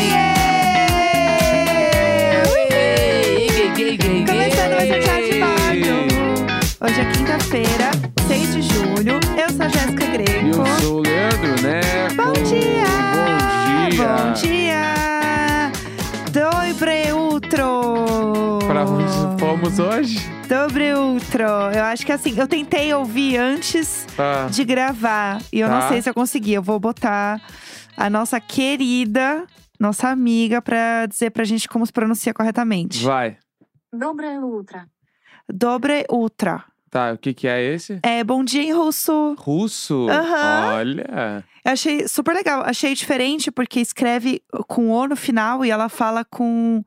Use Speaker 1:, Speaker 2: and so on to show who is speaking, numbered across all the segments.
Speaker 1: um é Quinta-feira, 6 de julho. Eu sou a Jéssica
Speaker 2: E
Speaker 1: Greco.
Speaker 2: eu sou o Leandro Neco.
Speaker 1: Bom dia!
Speaker 2: Bom dia!
Speaker 1: dia! Dobre outro!
Speaker 2: Pra onde fomos hoje?
Speaker 1: Dobre outro. Eu acho que assim, eu tentei ouvir antes
Speaker 2: Ah,
Speaker 1: de gravar. E eu não
Speaker 2: Tá.
Speaker 1: sei se eu consegui. Eu vou botar a nossa querida, nossa amiga, pra dizer pra gente como se pronuncia corretamente.
Speaker 2: vai.
Speaker 3: Доброе утро.
Speaker 1: Dobre ultra.
Speaker 2: Tá, o que que é esse?
Speaker 1: É, bom dia em russo.
Speaker 2: Russo?
Speaker 1: Aham.
Speaker 2: Olha!
Speaker 1: Eu achei super legal. Achei diferente porque escreve com O no final e ela fala com.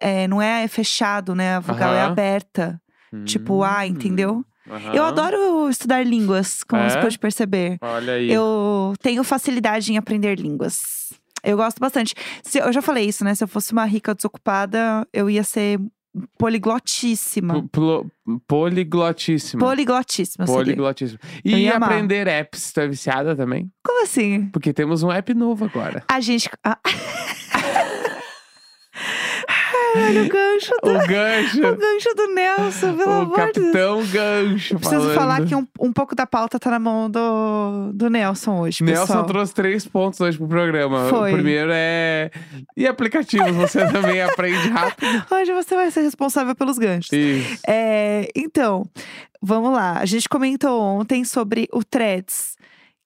Speaker 1: é, não é fechado, né? A vogal é
Speaker 2: Aham.
Speaker 1: aberta. Tipo,
Speaker 2: Hum,
Speaker 1: ah, entendeu?
Speaker 2: aham.
Speaker 1: Eu adoro estudar línguas, como
Speaker 2: É?
Speaker 1: você pode perceber.
Speaker 2: Olha aí.
Speaker 1: Eu tenho facilidade em aprender línguas. Eu gosto bastante. Se- eu já falei isso, né? Se eu fosse uma rica desocupada, eu ia ser poliglotíssima.
Speaker 2: Po- plo- Poliglotíssimo.
Speaker 1: Poliglotíssima. eu seria.
Speaker 2: Poliglotíssimo.
Speaker 1: Eu
Speaker 2: E
Speaker 1: ia amar.
Speaker 2: aprender apps, tá viciada também?
Speaker 1: Como assim?
Speaker 2: Porque temos um app novo agora.
Speaker 1: A gente. Ah. Olha o gancho do.
Speaker 2: O gancho.
Speaker 1: O gancho do Nelson, pelo
Speaker 2: o
Speaker 1: amor de Deus.
Speaker 2: capitão gancho.
Speaker 1: Preciso
Speaker 2: falando.
Speaker 1: falar que um, um pouco da pauta tá na mão do, do Nelson hoje,
Speaker 2: Nelson
Speaker 1: pessoal.
Speaker 2: trouxe três pontos hoje pro programa.
Speaker 1: Foi.
Speaker 2: O primeiro é. E aplicativos, você também aprende rápido.
Speaker 1: Hoje você vai ser responsável pelos ganchos.
Speaker 2: Isso.
Speaker 1: É, então, vamos lá. A gente comentou ontem sobre o Threads,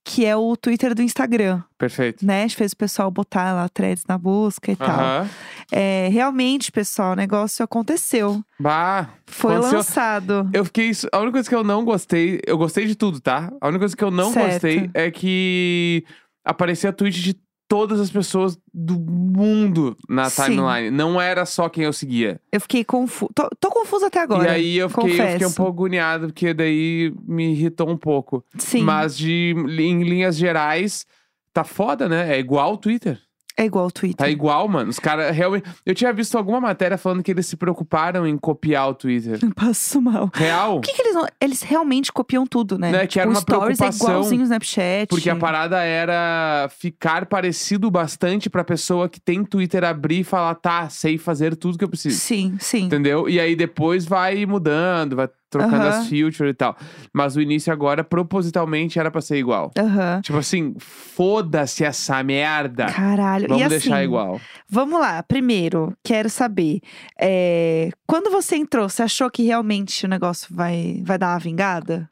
Speaker 1: que é o Twitter do Instagram,
Speaker 2: Perfeito.
Speaker 1: né? A gente fez o pessoal botar lá Threads na busca e
Speaker 2: Tá.
Speaker 1: tal.
Speaker 2: Aham.
Speaker 1: É, realmente, pessoal, o negócio aconteceu.
Speaker 2: Bah.
Speaker 1: Foi
Speaker 2: Aconteceu.
Speaker 1: lançado.
Speaker 2: Eu fiquei. A única coisa que eu não gostei. Eu gostei de tudo, tá? A única coisa que eu não
Speaker 1: Certo.
Speaker 2: gostei é que aparecia tweet de todas as pessoas do mundo na
Speaker 1: Sim.
Speaker 2: timeline. Não era só quem eu seguia.
Speaker 1: Eu fiquei confusa. Tô, tô confusa até agora.
Speaker 2: e aí eu fiquei, eu fiquei um
Speaker 1: confesso.
Speaker 2: pouco agoniado, porque daí me irritou um pouco.
Speaker 1: Sim.
Speaker 2: Mas de, em linhas gerais, tá foda, né? É igual o Twitter.
Speaker 1: É igual o Twitter.
Speaker 2: Tá igual, mano. Os caras realmente. Eu tinha visto alguma matéria falando que eles se preocuparam em copiar o Twitter.
Speaker 1: Eu passo mal.
Speaker 2: Real.
Speaker 1: Por que, que eles não. Eles realmente copiam tudo, né?
Speaker 2: Né, que era
Speaker 1: Tipo,
Speaker 2: uma
Speaker 1: o Stories
Speaker 2: preocupação,
Speaker 1: é igualzinho o Snapchat.
Speaker 2: Porque a parada era ficar parecido bastante pra pessoa que tem Twitter abrir e falar, tá, sei fazer tudo que eu preciso.
Speaker 1: Sim, sim.
Speaker 2: Entendeu? E aí depois vai mudando, vai trocando
Speaker 1: Aham.
Speaker 2: as features e tal. Mas o início agora, propositalmente, era pra ser igual.
Speaker 1: Aham.
Speaker 2: Tipo assim, foda-se essa merda.
Speaker 1: Caralho.
Speaker 2: Tá. Vamos
Speaker 1: e assim,
Speaker 2: deixar igual.
Speaker 1: Vamos lá. Primeiro, quero saber. é, Quando você entrou, você achou que realmente o negócio vai, vai dar uma vingada?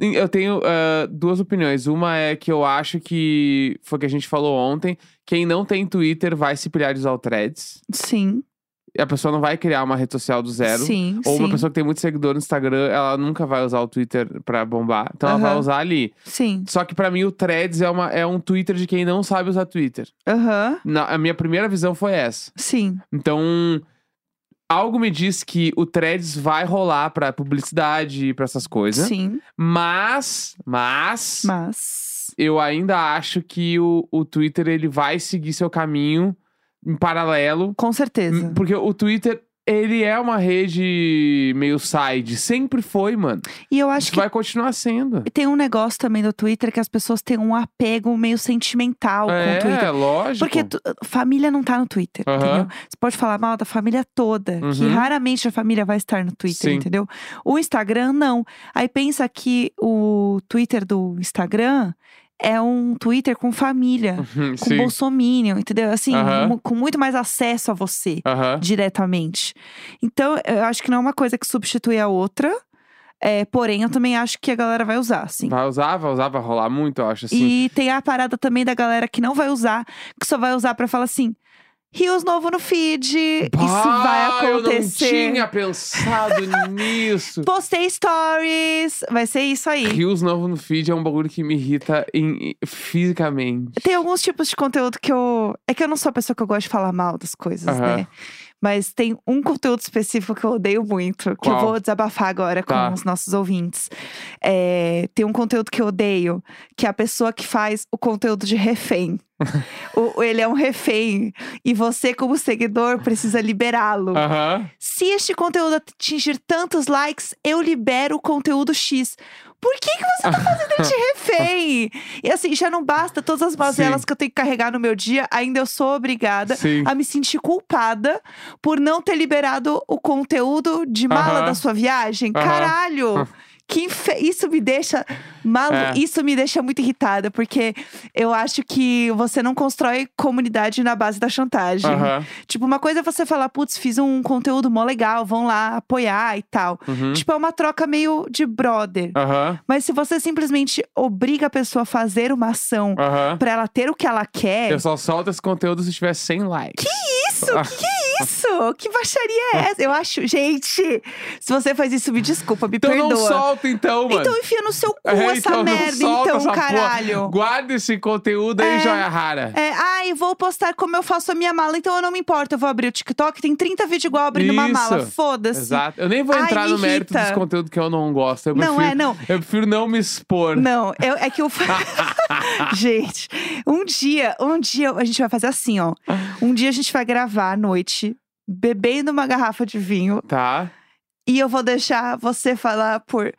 Speaker 2: Eu tenho ah, duas opiniões. Uma é que eu acho que foi o que a gente falou ontem. Quem não tem Twitter vai se pilhar de usar o threads.
Speaker 1: Sim.
Speaker 2: E a pessoa não vai criar uma rede social do zero.
Speaker 1: Sim,
Speaker 2: Ou
Speaker 1: sim.
Speaker 2: uma pessoa que tem muito seguidor no Instagram, ela nunca vai usar o Twitter pra bombar. Então ela vai
Speaker 1: Aham.
Speaker 2: usar ali.
Speaker 1: Sim.
Speaker 2: Só que pra mim o Threads é, uma, é um Twitter de quem não sabe usar Twitter.
Speaker 1: Aham.
Speaker 2: Na- a minha primeira visão foi essa.
Speaker 1: Sim.
Speaker 2: Então, algo me diz que o Threads vai rolar pra publicidade e pra essas coisas.
Speaker 1: Sim.
Speaker 2: Mas, mas,
Speaker 1: Mas.
Speaker 2: eu ainda acho que o, o Twitter ele vai seguir seu caminho em paralelo
Speaker 1: Com certeza.
Speaker 2: Porque o Twitter, ele é uma rede meio side. Sempre foi, mano.
Speaker 1: E eu acho
Speaker 2: Isso
Speaker 1: que
Speaker 2: vai continuar sendo.
Speaker 1: tem um negócio também do Twitter que as pessoas têm um apego meio sentimental com
Speaker 2: é,
Speaker 1: o Twitter.
Speaker 2: lógico.
Speaker 1: Porque tu- família não tá no Twitter,
Speaker 2: Aham.
Speaker 1: entendeu? Você pode falar mal da família toda, que
Speaker 2: Uhum.
Speaker 1: raramente a família vai estar no Twitter,
Speaker 2: Sim.
Speaker 1: entendeu? O Instagram, não. Aí pensa que o Twitter do Instagram é um Twitter com família,
Speaker 2: Uhum,
Speaker 1: com
Speaker 2: Sim.
Speaker 1: bolsominion, entendeu? Assim,
Speaker 2: Aham.
Speaker 1: mu- com muito mais acesso a você
Speaker 2: Aham.
Speaker 1: diretamente. Então, eu acho que não é uma coisa que substitui a outra. é, porém, eu também acho que a galera vai usar, assim.
Speaker 2: Vai usar, vai usar, vai rolar muito, eu acho, assim.
Speaker 1: E tem a parada também da galera que não vai usar, que só vai usar pra falar assim: rios novo no feed, isso vai
Speaker 2: Bah, Ah, Eu
Speaker 1: acontecer.
Speaker 2: não tinha pensado nisso.
Speaker 1: Postei stories, vai ser isso aí.
Speaker 2: Rios novo no feed é um bagulho que me irrita em- fisicamente.
Speaker 1: Tem alguns tipos de conteúdo que eu. É que eu não sou a pessoa que eu gosto de falar mal das coisas,
Speaker 2: Aham.
Speaker 1: né? Mas tem um conteúdo específico que eu odeio muito, que eu
Speaker 2: Qual?
Speaker 1: vou desabafar agora
Speaker 2: Tá.
Speaker 1: com os nossos ouvintes. É, tem um conteúdo que eu odeio, que é a pessoa que faz o conteúdo de refém. O- ele é um refém. E você, como seguidor, precisa liberá-lo.
Speaker 2: Aham.
Speaker 1: Se este conteúdo atingir tantos likes, eu libero o conteúdo X. Por que, que você tá fazendo este refém? E assim, já não basta todas as mazelas
Speaker 2: Sim.
Speaker 1: que eu tenho que carregar no meu dia, ainda eu sou obrigada
Speaker 2: Sim.
Speaker 1: a me sentir culpada por não ter liberado o conteúdo de mala
Speaker 2: Aham.
Speaker 1: da sua viagem.
Speaker 2: Aham. Hum.
Speaker 1: Caralho! Que infe- Isso me deixa. Malu...
Speaker 2: É.
Speaker 1: Isso me deixa muito irritada, porque eu acho que você não constrói comunidade na base da chantagem.
Speaker 2: Aham.
Speaker 1: Tipo, uma coisa é você falar, putz, fiz um conteúdo mó legal, vão lá apoiar e tal.
Speaker 2: Uhum.
Speaker 1: Tipo, é uma troca meio de brother.
Speaker 2: Aham.
Speaker 1: Mas se você simplesmente obriga a pessoa a fazer uma ação
Speaker 2: Aham.
Speaker 1: pra ela ter o que ela quer,
Speaker 2: Eu Ah. só solto esse conteúdo se tiver 100 likes.
Speaker 1: isso? Que que é isso? Que baixaria é essa? Eu acho, gente, se você faz isso, me desculpa, me
Speaker 2: Então
Speaker 1: perdoa.
Speaker 2: não solta então, mano.
Speaker 1: Então enfia no seu cu
Speaker 2: É,
Speaker 1: essa
Speaker 2: então não
Speaker 1: merda,
Speaker 2: solta
Speaker 1: então,
Speaker 2: essa porra.
Speaker 1: caralho.
Speaker 2: Guarda esse conteúdo aí,
Speaker 1: É.
Speaker 2: joia rara.
Speaker 1: É, ai, vou postar como eu faço a minha mala, então eu não me importo, eu vou abrir o TikTok, tem 30 vídeos igual abrindo uma
Speaker 2: Isso.
Speaker 1: mala, foda-se.
Speaker 2: Exato. Eu nem vou
Speaker 1: Assim, Ai,
Speaker 2: entrar
Speaker 1: me
Speaker 2: no mérito
Speaker 1: irrita.
Speaker 2: dos conteúdos que eu não gosto. Eu
Speaker 1: Não,
Speaker 2: prefiro,
Speaker 1: é, não.
Speaker 2: Eu prefiro não me expor.
Speaker 1: Não, eu- é que eu. gente, um dia, um dia a gente vai fazer assim, ó. Um dia a gente vai gravar à noite, bebendo uma garrafa de vinho,
Speaker 2: Tá?
Speaker 1: e eu vou deixar você falar por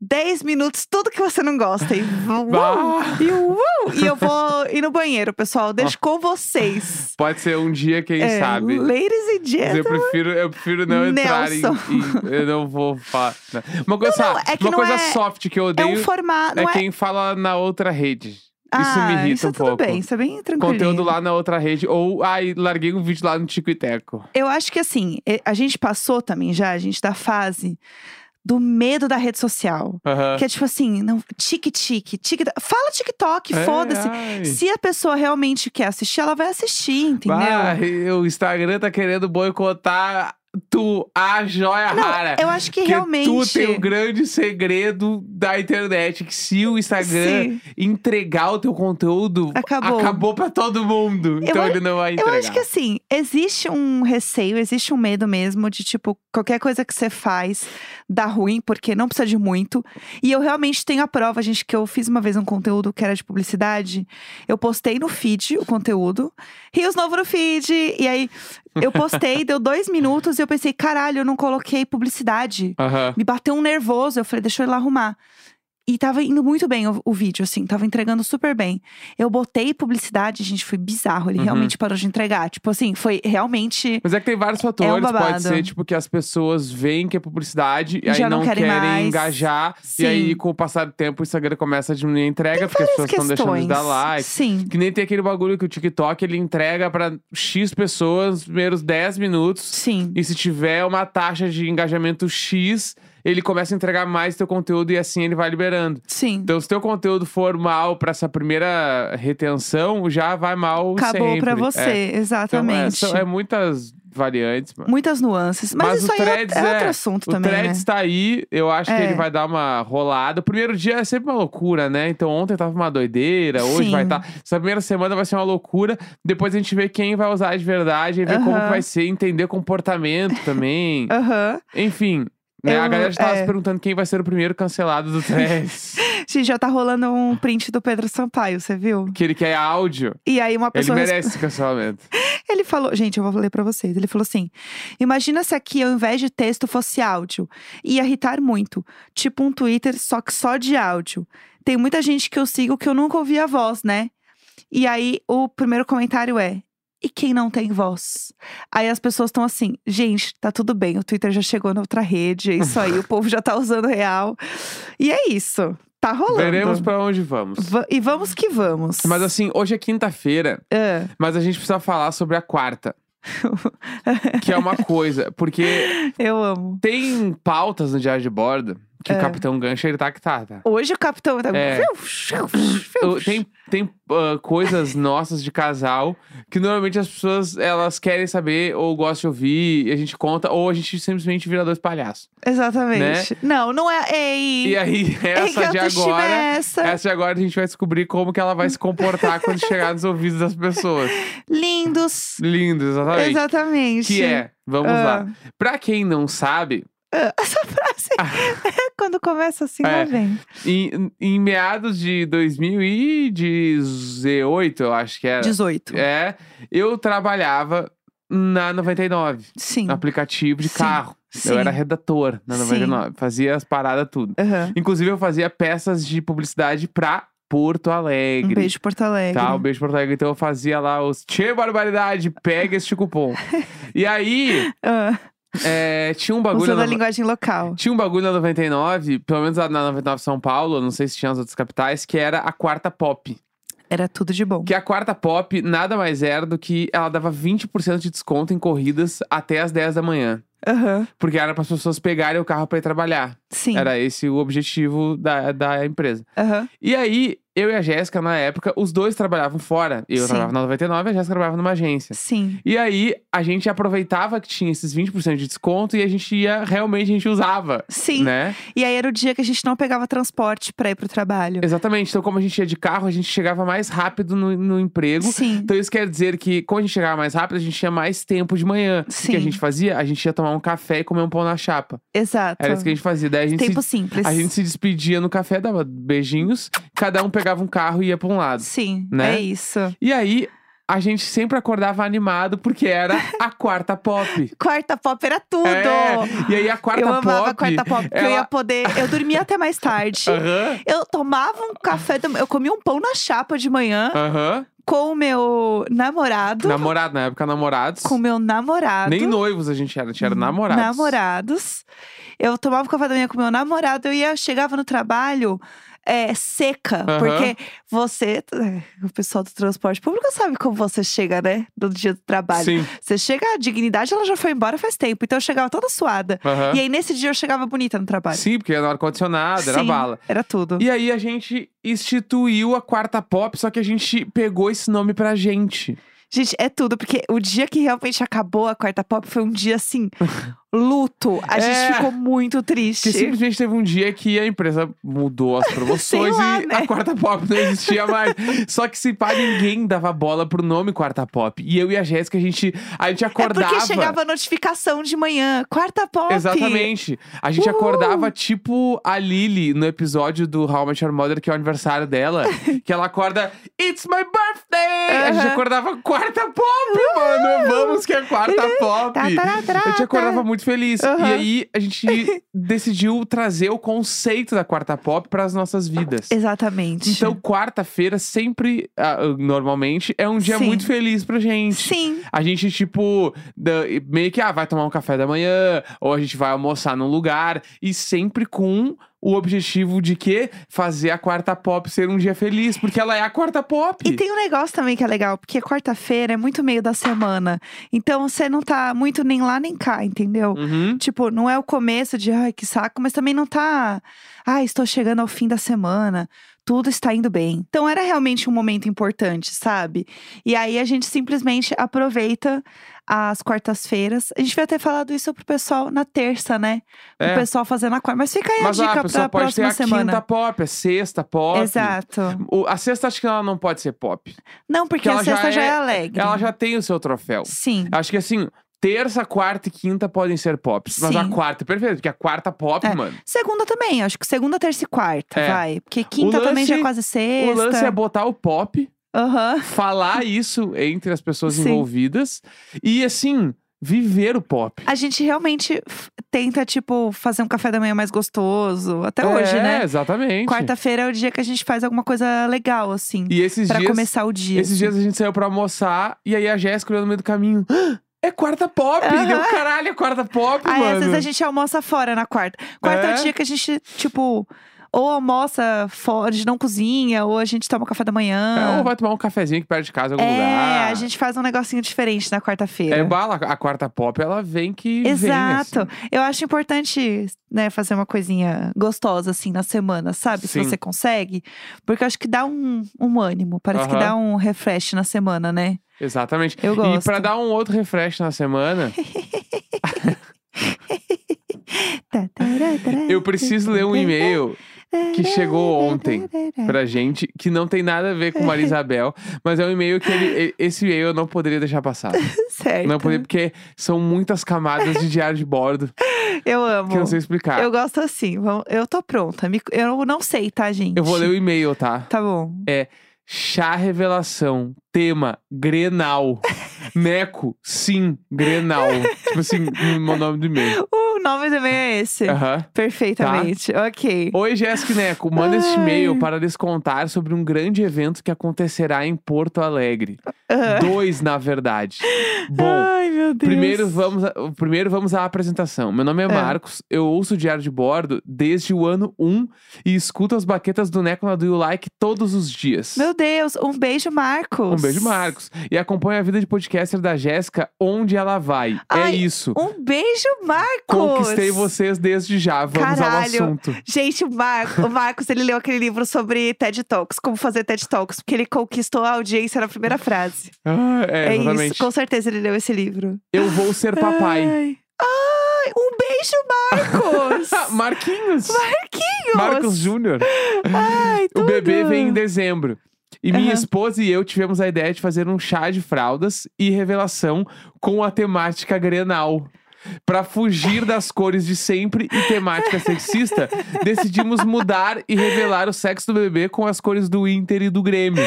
Speaker 1: 10 minutos tudo que você não gosta. E, uau,
Speaker 2: Bah.
Speaker 1: e, uau, e eu vou ir no banheiro, pessoal. eu Deixo com vocês.
Speaker 2: Pode ser um dia, quem
Speaker 1: É,
Speaker 2: Ah. sabe.
Speaker 1: Ladies and
Speaker 2: Mas eu
Speaker 1: gentlemen.
Speaker 2: prefiro, eu prefiro não entrar em,
Speaker 1: Nelson.
Speaker 2: em- Eu não vou falar. não. Uma coisa,
Speaker 1: Não, não, é que
Speaker 2: uma
Speaker 1: não
Speaker 2: coisa
Speaker 1: é-
Speaker 2: soft que eu
Speaker 1: É
Speaker 2: odeio
Speaker 1: um formato.
Speaker 2: é
Speaker 1: não
Speaker 2: quem fala na outra rede.
Speaker 1: ah,
Speaker 2: isso me irrita
Speaker 1: isso
Speaker 2: um
Speaker 1: tudo
Speaker 2: pouco.
Speaker 1: bem, isso é bem tranquilo.
Speaker 2: Conteúdo lá na outra rede. Ou, ai, larguei um vídeo lá no Tico e Teco.
Speaker 1: Eu acho que assim, e- a gente passou também já, a gente da fase do medo da rede social.
Speaker 2: Aham.
Speaker 1: Que é tipo assim, não, tique-tique, tique. Fala TikTok,
Speaker 2: É,
Speaker 1: foda-se.
Speaker 2: ai.
Speaker 1: Se a pessoa realmente quer assistir, ela vai assistir, entendeu?
Speaker 2: Vai, o Instagram tá querendo boicotar tu, a joia
Speaker 1: Não,
Speaker 2: rara.
Speaker 1: eu acho que
Speaker 2: Porque
Speaker 1: realmente.
Speaker 2: Tu tem um o grande segredo da internet, que se o Instagram
Speaker 1: Sim.
Speaker 2: entregar o teu conteúdo,
Speaker 1: Acabou.
Speaker 2: acabou pra todo mundo. então
Speaker 1: a-
Speaker 2: ele não vai
Speaker 1: Eu
Speaker 2: entregar.
Speaker 1: acho que assim, existe um receio, existe um medo mesmo de, tipo, qualquer coisa que você faz dá ruim, porque não precisa de muito. E eu realmente tenho a prova, gente, que eu fiz uma vez um conteúdo que era de publicidade. Eu postei no feed o conteúdo, Rios Novo no feed. E aí eu postei, deu dois minutos e eu pensei, caralho, eu não coloquei publicidade.
Speaker 2: Aham.
Speaker 1: Me bateu um nervoso, eu falei, deixa eu ir lá arrumar. E tava indo muito bem o, o vídeo, assim, tava entregando super bem. Eu botei publicidade, gente, foi bizarro. Ele
Speaker 2: Uhum.
Speaker 1: realmente parou de entregar. Tipo assim, foi realmente.
Speaker 2: Mas é que tem vários fatores.
Speaker 1: um babado.
Speaker 2: Pode ser, tipo, que as pessoas veem que é publicidade e aí
Speaker 1: Já não querem mais.
Speaker 2: engajar.
Speaker 1: Sim.
Speaker 2: E aí, com o passar do tempo, o Instagram começa a diminuir a entrega, porque as pessoas estão deixando de
Speaker 1: questões.
Speaker 2: dar like.
Speaker 1: Sim.
Speaker 2: Que nem tem aquele bagulho que o TikTok ele entrega pra X pessoas nos primeiros 10 minutos.
Speaker 1: Sim.
Speaker 2: E se tiver uma taxa de engajamento X, ele começa a entregar mais teu conteúdo e assim ele vai liberando.
Speaker 1: Sim.
Speaker 2: Então, se teu conteúdo for mal pra essa primeira retenção, já vai mal
Speaker 1: Acabou
Speaker 2: sempre.
Speaker 1: pra
Speaker 2: É.
Speaker 1: você,
Speaker 2: Então, é,
Speaker 1: exatamente.
Speaker 2: são- é muitas variantes, mano.
Speaker 1: Muitas nuances. Mas,
Speaker 2: Mas
Speaker 1: isso
Speaker 2: o
Speaker 1: aí é-
Speaker 2: Threads
Speaker 1: é,
Speaker 2: é-
Speaker 1: outro assunto
Speaker 2: O
Speaker 1: também.
Speaker 2: Threads
Speaker 1: né?
Speaker 2: tá aí, eu acho que
Speaker 1: É.
Speaker 2: ele vai dar uma rolada. O primeiro dia é sempre uma loucura, né? Então ontem tava uma doideira, hoje
Speaker 1: Sim.
Speaker 2: vai estar. Essa primeira semana vai ser uma loucura. Depois a gente vê quem vai usar de verdade, aí vê como
Speaker 1: Aham.
Speaker 2: que vai ser, entender comportamento também.
Speaker 1: Aham.
Speaker 2: Enfim. né, a
Speaker 1: Eu-
Speaker 2: galera já tava
Speaker 1: é.
Speaker 2: se perguntando quem vai ser o primeiro cancelado do Threads.
Speaker 1: Gente, já tá rolando um print do Pedro Sampaio, você viu?
Speaker 2: que ele quer áudio.
Speaker 1: E aí uma
Speaker 2: Ele
Speaker 1: pessoa. res-
Speaker 2: merece esse cancelamento.
Speaker 1: Ele falou, gente, eu vou ler pra vocês. Ele falou assim: imagina se aqui, ao invés de texto, fosse áudio. Ia irritar muito. Tipo um Twitter, só que só de áudio. Tem muita gente que eu sigo que eu nunca ouvi a voz, né? E aí o primeiro comentário é. E quem não tem voz? Aí as pessoas estão assim, gente, tá tudo bem, o Twitter já chegou na outra rede, é isso aí, o povo já tá usando real. E é isso, tá rolando.
Speaker 2: Veremos pra onde vamos.
Speaker 1: Va- e vamos que vamos.
Speaker 2: Mas assim, hoje é quinta-feira,
Speaker 1: Ah,
Speaker 2: mas a gente precisa falar sobre a quarta. que é uma coisa, porque
Speaker 1: eu amo.
Speaker 2: tem pautas no diário de bordo que
Speaker 1: É.
Speaker 2: o Capitão Gancho ele tá que tá, tá?
Speaker 1: Hoje o capitão tá.
Speaker 2: É. Eu- Tem, tem ah, coisas nossas de casal que normalmente as pessoas elas querem saber ou gostam de ouvir, e a gente conta, ou a gente simplesmente vira dois palhaços.
Speaker 1: Exatamente. Não, não é. Ei!
Speaker 2: né? E aí,
Speaker 1: ei, É que
Speaker 2: essa de
Speaker 1: autoestima
Speaker 2: agora.
Speaker 1: é essa?
Speaker 2: Essa de agora a gente vai descobrir como que ela vai se comportar quando chegar nos ouvidos das pessoas.
Speaker 1: Lindos.
Speaker 2: Lindo, exatamente.
Speaker 1: Exatamente.
Speaker 2: Que é, vamos
Speaker 1: Ah.
Speaker 2: lá. Pra quem não sabe,
Speaker 1: Essa frase. É Quando começa assim,
Speaker 2: É.
Speaker 1: lá vem.
Speaker 2: Em, em meados de 2018, eu acho que era.
Speaker 1: 18.
Speaker 2: É, eu trabalhava na 99,
Speaker 1: Sim.
Speaker 2: no aplicativo de
Speaker 1: Sim.
Speaker 2: carro.
Speaker 1: Sim.
Speaker 2: Eu era redator na
Speaker 1: Sim.
Speaker 2: 99, fazia as paradas tudo.
Speaker 1: Aham.
Speaker 2: Inclusive, eu fazia peças de publicidade pra Porto Alegre.
Speaker 1: Um beijo, Porto Alegre.
Speaker 2: Tá, um beijo Porto Alegre. Então eu fazia lá os Tchê Barbaridade, pega este cupom. e aí,
Speaker 1: Ah,
Speaker 2: É, tinha um bagulho.
Speaker 1: Usando
Speaker 2: na-
Speaker 1: a linguagem local.
Speaker 2: Tinha um bagulho na 99, pelo menos lá na 99 São Paulo, eu não sei se tinha nas outras capitais, que era a quarta pop.
Speaker 1: Era tudo de bom.
Speaker 2: Que a quarta pop nada mais era do que ela dava 20% de desconto em corridas até as 10 da manhã.
Speaker 1: Aham.
Speaker 2: Porque era para as pessoas pegarem o carro para ir trabalhar.
Speaker 1: Sim.
Speaker 2: Era esse o objetivo da, da empresa.
Speaker 1: Aham.
Speaker 2: E aí, eu e a Jéssica, na época, os dois trabalhavam fora. Eu
Speaker 1: Sim.
Speaker 2: trabalhava na 99 e a Jéssica trabalhava numa agência.
Speaker 1: Sim.
Speaker 2: E aí, a gente aproveitava que tinha esses 20% de desconto e a gente ia, realmente, a gente usava.
Speaker 1: Sim.
Speaker 2: Né?
Speaker 1: E aí era o dia que a gente não pegava transporte pra ir pro trabalho.
Speaker 2: Exatamente. Então, como a gente ia de carro, a gente chegava mais rápido no, no emprego.
Speaker 1: Sim.
Speaker 2: Então, isso quer dizer que, quando a gente chegava mais rápido, a gente tinha mais tempo de manhã. O que
Speaker 1: Sim.
Speaker 2: a gente fazia? A gente ia tomar um café e comer um pão na chapa.
Speaker 1: Exato.
Speaker 2: Era isso que a gente fazia. Daí a gente se
Speaker 1: Tempo simples.
Speaker 2: A gente se despedia no café, dava beijinhos, cada um pegava um carro e ia pra um lado.
Speaker 1: Sim,
Speaker 2: né?
Speaker 1: é isso.
Speaker 2: E aí, a gente sempre acordava animado porque era a quarta pop.
Speaker 1: Quarta pop era tudo!
Speaker 2: É, E aí a quarta
Speaker 1: eu amava
Speaker 2: pop.
Speaker 1: a quarta pop, porque eu
Speaker 2: ela-
Speaker 1: ia poder. Eu dormia até mais tarde.
Speaker 2: Aham.
Speaker 1: Eu tomava um café da Eu comia um pão na chapa de manhã
Speaker 2: Aham.
Speaker 1: com o meu namorado.
Speaker 2: Namorado, na época, namorados.
Speaker 1: Com o meu namorado.
Speaker 2: Nem noivos a gente era, a gente era namorados.
Speaker 1: namorados. Eu tomava café da manhã com meu namorado, eu ia, chegava no trabalho é, seca,
Speaker 2: Aham.
Speaker 1: porque você, é, o pessoal do transporte público sabe como você chega, né, no dia do trabalho.
Speaker 2: Sim.
Speaker 1: Você chega, a dignidade ela já foi embora faz tempo, então eu chegava toda suada.
Speaker 2: Aham.
Speaker 1: E aí nesse dia eu chegava bonita no trabalho.
Speaker 2: Sim, porque era no ar-condicionado, era
Speaker 1: Sim,
Speaker 2: bala.
Speaker 1: Era tudo.
Speaker 2: E aí a gente instituiu a quarta pop, só que a gente pegou esse nome pra gente.
Speaker 1: Gente, é tudo, porque o dia que realmente acabou a quarta pop foi um dia assim, luto. A
Speaker 2: É.
Speaker 1: gente ficou muito triste. É
Speaker 2: Que simplesmente teve um dia que a empresa mudou as promoções
Speaker 1: lá,
Speaker 2: e
Speaker 1: né?
Speaker 2: a quarta pop não existia mais. Só que se pá, ninguém dava bola pro nome quarta pop. E eu e a Jéssica, a gente, a gente acordava.
Speaker 1: É porque chegava a notificação de manhã. Quarta pop.
Speaker 2: Exatamente. A gente
Speaker 1: Uhul.
Speaker 2: acordava tipo a Lily no episódio do How I Met Your Mother, que é o aniversário dela. que ela acorda, It's my birthday! A gente
Speaker 1: Aham. Uh!
Speaker 2: acordava quarta pop, mano! Vamos que é quarta pop!
Speaker 1: Tá, tá, tá,
Speaker 2: Eu te
Speaker 1: tá.
Speaker 2: acordava muito feliz.
Speaker 1: Aham.
Speaker 2: E aí a gente decidiu trazer o conceito da quarta pop para as nossas vidas.
Speaker 1: tá. Exatamente.
Speaker 2: Então, quarta-feira sempre, ah, normalmente, é um dia
Speaker 1: Sim.
Speaker 2: muito feliz pra gente.
Speaker 1: Sim.
Speaker 2: A gente, tipo, da- meio que, ah, vai tomar um café da manhã, ou a gente vai almoçar num lugar, e sempre com o objetivo de quê? Fazer a quarta pop ser um dia feliz, porque ela é a quarta pop.
Speaker 1: E tem um negócio também que é legal, porque quarta-feira é muito meio da semana. Então você não tá muito nem lá nem cá, entendeu?
Speaker 2: Uhum.
Speaker 1: Tipo, não é o começo de ai que saco, mas também não tá. Ah, estou chegando ao fim da semana, tudo está indo bem. Então era realmente um momento importante, sabe? E aí a gente simplesmente aproveita as quartas-feiras. A gente vai ter falado isso pro pessoal na terça, né? O
Speaker 2: É.
Speaker 1: pessoal fazendo a quarta. Mas fica aí
Speaker 2: Mas
Speaker 1: a
Speaker 2: ah, a
Speaker 1: dica
Speaker 2: pessoa
Speaker 1: pra
Speaker 2: pode ter
Speaker 1: próxima
Speaker 2: a
Speaker 1: semana.
Speaker 2: quinta pop, a sexta pop.
Speaker 1: Exato.
Speaker 2: O- a sexta acho que ela não pode ser pop.
Speaker 1: Não, porque,
Speaker 2: Porque ela
Speaker 1: a
Speaker 2: já
Speaker 1: sexta já é,
Speaker 2: é-
Speaker 1: alegre.
Speaker 2: Ela já tem o seu troféu.
Speaker 1: Sim.
Speaker 2: Acho que assim, terça, quarta e quinta podem ser pops. Mas
Speaker 1: Sim.
Speaker 2: a quarta é perfeita, porque a quarta pop,
Speaker 1: É.
Speaker 2: mano.
Speaker 1: Segunda também, acho que segunda, terça e quarta,
Speaker 2: É.
Speaker 1: vai. Porque quinta também
Speaker 2: lance-
Speaker 1: já é quase sexta.
Speaker 2: O lance é botar o pop,
Speaker 1: Aham.
Speaker 2: falar isso entre as pessoas
Speaker 1: Sim.
Speaker 2: envolvidas e assim, viver o pop.
Speaker 1: A gente realmente f- tenta, tipo, fazer um café da manhã mais gostoso. Até hoje,
Speaker 2: É,
Speaker 1: né?
Speaker 2: Exatamente.
Speaker 1: Quarta-feira é o dia que a gente faz alguma coisa legal, assim.
Speaker 2: E esses
Speaker 1: pra
Speaker 2: dias.
Speaker 1: começar o dia.
Speaker 2: Esses dias a gente saiu pra almoçar e aí a Jéssica olhou no meio do caminho. "Ah, é quarta pop!
Speaker 1: Aham.
Speaker 2: Deu caralho, é quarta pop,
Speaker 1: Aí,
Speaker 2: mano.
Speaker 1: às vezes, a gente almoça fora na quarta. Quarta é,
Speaker 2: É.
Speaker 1: o dia que a gente, tipo, ou almoça fora, a gente não cozinha, ou a gente toma café da
Speaker 2: É,
Speaker 1: manhã.
Speaker 2: ou vai tomar um cafezinho aqui perto de casa, em algum
Speaker 1: É,
Speaker 2: lugar.
Speaker 1: a gente faz um negocinho diferente na quarta-feira.
Speaker 2: É bala, a quarta pop, ela vem que
Speaker 1: Exato.
Speaker 2: vem. assim.
Speaker 1: Eu acho importante, né, fazer uma coisinha gostosa, assim, na semana, sabe?
Speaker 2: Sim.
Speaker 1: Se você consegue. Porque eu acho que dá um, um ânimo. Parece que
Speaker 2: Aham.
Speaker 1: dá um refresh na semana, né?
Speaker 2: Exatamente.
Speaker 1: Eu
Speaker 2: E
Speaker 1: gosto.
Speaker 2: pra dar um outro refresh na semana,
Speaker 1: Tá, tará, tará,
Speaker 2: eu preciso ler um e-mail
Speaker 1: tará,
Speaker 2: que chegou
Speaker 1: tará,
Speaker 2: ontem
Speaker 1: tará.
Speaker 2: pra gente, que não tem nada a ver com Maria Isabel, mas é um e-mail que ele- e- esse e-mail eu não poderia deixar passar.
Speaker 1: Certo.
Speaker 2: Não poderia, porque são muitas camadas de diário de bordo
Speaker 1: Eu amo.
Speaker 2: que eu não sei tá. explicar.
Speaker 1: Tá Eu gosto assim. vamo- Eu tô pronta. Me- Eu não sei, tá, gente?
Speaker 2: Eu vou ler o e-mail, tá?
Speaker 1: Tá bom.
Speaker 2: Chá revelação, tema Grenal. Neco, sim, Grenal. tipo assim, o nome do e-mail.
Speaker 1: O nome do e-mail é esse.
Speaker 2: Aham. Tá.
Speaker 1: Perfeitamente. Ok.
Speaker 2: Oi, Jéssica e Neco. Manda este
Speaker 1: Ai.
Speaker 2: e-mail para descontar sobre um grande evento que acontecerá em Porto Alegre.
Speaker 1: Ah.
Speaker 2: Dois, na verdade. Bom,
Speaker 1: Ai, meu Deus.
Speaker 2: Primeiro vamos, a- primeiro vamos à apresentação. Meu nome é, Marcos, eu ouço o Diário de Bordo desde o ano 1 e escuto as baquetas do Neco na Do You Like todos os dias.
Speaker 1: Meu Deus, um beijo, Marcos.
Speaker 2: Um beijo, Marcos. E acompanho a vida de podcaster da Jéssica onde ela vai.
Speaker 1: Ai,
Speaker 2: é isso.
Speaker 1: Um beijo, Marcos.
Speaker 2: Conquistei vocês desde já. Vamos
Speaker 1: Caralho.
Speaker 2: ao assunto.
Speaker 1: Gente, o, Mar- o Marcos, ele leu aquele livro sobre TED Talks, como fazer TED Talks, porque ele conquistou a audiência na primeira frase.
Speaker 2: Ah, é, exatamente.
Speaker 1: isso, com certeza ele leu esse livro.
Speaker 2: Eu vou ser papai.
Speaker 1: Ai, Ai, um beijo, Marcos!
Speaker 2: Ah, Marquinhos.
Speaker 1: Marquinhos!
Speaker 2: Marcos Júnior.
Speaker 1: Ai,
Speaker 2: O
Speaker 1: tudo.
Speaker 2: bebê vem em dezembro. E minha
Speaker 1: Aham.
Speaker 2: esposa e eu tivemos a ideia de fazer um chá de fraldas e revelação com a temática grenal. Pra fugir das cores de sempre e temática sexista, decidimos mudar e revelar o sexo do bebê com as cores do Inter e do Grêmio.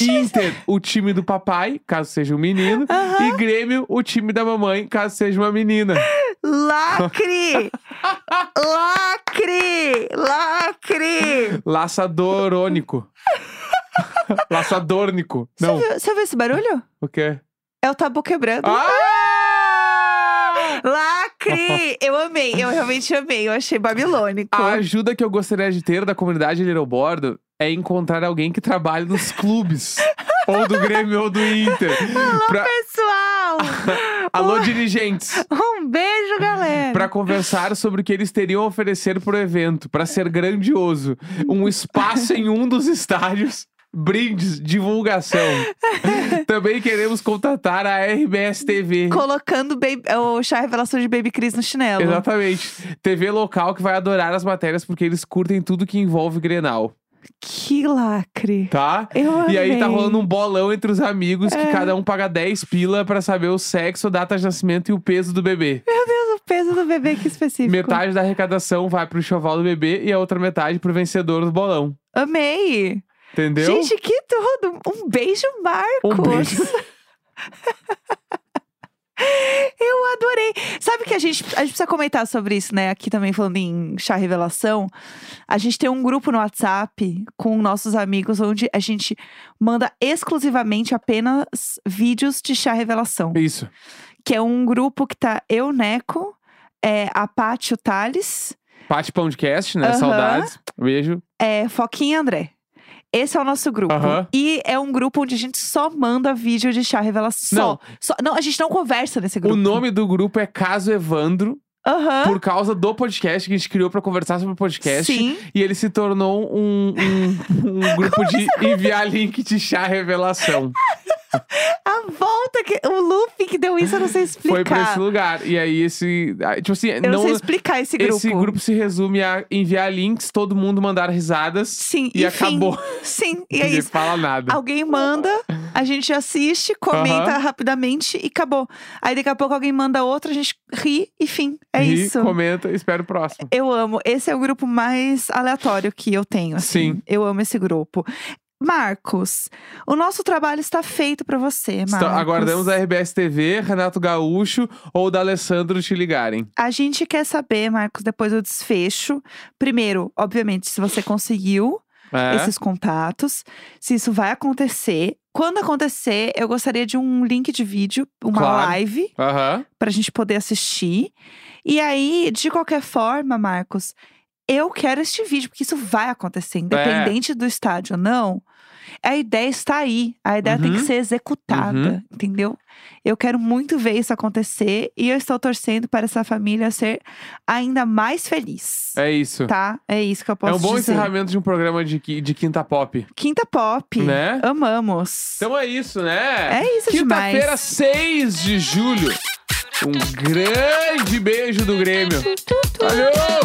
Speaker 2: Inter, o time do papai, caso seja um menino, e Grêmio, o time da mamãe, caso seja uma menina.
Speaker 1: Lacre! Lacre! Lacre!
Speaker 2: Laçadorônico. Laçadornico. Não,
Speaker 1: Você, viu, você ouviu esse barulho?
Speaker 2: o quê?
Speaker 1: É o tabu quebrando.
Speaker 2: Ah!
Speaker 1: Lacre! Eu amei, eu realmente amei. Eu achei babilônico.
Speaker 2: A ajuda que eu gostaria de ter da comunidade Little Bordo é encontrar alguém que trabalhe nos clubes. ou do Grêmio ou do Inter. Pra-
Speaker 1: Pessoal!
Speaker 2: Alô, dirigentes!
Speaker 1: Um beijo, galera!
Speaker 2: Pra conversar sobre o que eles teriam a oferecer pro evento, pra ser grandioso. Um espaço em um dos estádios. Brindes, divulgação. Também queremos contatar a RBS TV.
Speaker 1: Colocando baby- o chá revelação de Baby Cris no chinelo.
Speaker 2: Exatamente. TV local que vai adorar as matérias porque eles curtem tudo que envolve Grenal,
Speaker 1: Que lacre!
Speaker 2: tá?
Speaker 1: Eu amei. É.
Speaker 2: E aí tá rolando um bolão entre os amigos que cada um paga 10 pila pra saber o sexo, data de nascimento e o peso do bebê.
Speaker 1: O peso do bebê que específico.
Speaker 2: Metade da arrecadação vai pro enxoval do bebê e a outra metade pro vencedor do bolão.
Speaker 1: Amei!
Speaker 2: Entendeu?
Speaker 1: Gente, que tudo! Um beijo, Marcos!
Speaker 2: Um beijo.
Speaker 1: Eu adorei. Sabe que a gente, a gente precisa comentar sobre isso, né? Aqui também falando em chá revelação. A gente tem um grupo no WhatsApp com nossos amigos onde a gente manda exclusivamente apenas vídeos de chá revelação.
Speaker 2: Isso.
Speaker 1: Que é um grupo que tá eu, Neco, é, a Pátio Tales,
Speaker 2: Pati Podcast, né?
Speaker 1: Aham.
Speaker 2: Saudades. Beijo.
Speaker 1: é, Foquinha e André. Esse é o nosso grupo.
Speaker 2: Aham.
Speaker 1: E é um grupo onde a gente só manda vídeo de chá revelação.
Speaker 2: Não.
Speaker 1: Só, só- não, a gente não conversa nesse grupo.
Speaker 2: O nome do grupo é Caso Evandro,
Speaker 1: Aham.
Speaker 2: por causa do podcast que a gente criou pra conversar sobre o podcast.
Speaker 1: Sim.
Speaker 2: E ele se tornou um, um, um grupo de enviar link de chá revelação.
Speaker 1: A volta, que, o loop que deu isso, eu não sei explicar.
Speaker 2: Foi pra esse lugar. E aí esse. ah, Tipo assim,
Speaker 1: eu não,
Speaker 2: não.
Speaker 1: sei explicar esse grupo.
Speaker 2: Esse grupo se resume a enviar links, todo mundo mandar risadas
Speaker 1: Sim,
Speaker 2: e
Speaker 1: enfim.
Speaker 2: acabou.
Speaker 1: Sim, e é
Speaker 2: Ninguém
Speaker 1: isso.
Speaker 2: fala nada.
Speaker 1: Alguém manda, a gente assiste, comenta
Speaker 2: Aham.
Speaker 1: rapidamente e acabou. Aí daqui a pouco alguém manda outra, a gente ri e fim. É
Speaker 2: Ri,
Speaker 1: isso.
Speaker 2: Comenta, espero o próximo.
Speaker 1: Eu amo. Esse é o grupo mais aleatório que eu tenho. assim.
Speaker 2: Sim.
Speaker 1: Eu amo esse grupo. Marcos, o nosso trabalho está feito pra você, Marcos.
Speaker 2: Então, aguardamos a RBS TV, Renato Gaúcho ou da Alessandro te ligarem.
Speaker 1: A gente quer saber, Marcos, depois do desfecho. Primeiro, obviamente, se você conseguiu
Speaker 2: É.
Speaker 1: esses contatos, se isso vai acontecer. Quando acontecer, eu gostaria de um link de vídeo, uma
Speaker 2: Claro.
Speaker 1: live,
Speaker 2: Aham.
Speaker 1: pra gente poder assistir. E aí, de qualquer forma, Marcos, eu quero este vídeo, porque isso vai
Speaker 2: É.
Speaker 1: acontecer, independente do estádio ou não. A ideia está aí, a ideia tem que
Speaker 2: Uhum.
Speaker 1: ser executada, entendeu? Eu quero muito ver isso acontecer e eu estou torcendo para essa família ser ainda mais feliz.
Speaker 2: É isso.
Speaker 1: Tá? É isso que eu posso
Speaker 2: é um bom
Speaker 1: dizer.
Speaker 2: encerramento de um programa de, qui- de quinta pop.
Speaker 1: Quinta Pop.
Speaker 2: Né?
Speaker 1: Amamos.
Speaker 2: Então é isso, né?
Speaker 1: Ah, É isso demais.
Speaker 2: Quinta-feira, 6 de julho. Um grande beijo do Grêmio. Valeu!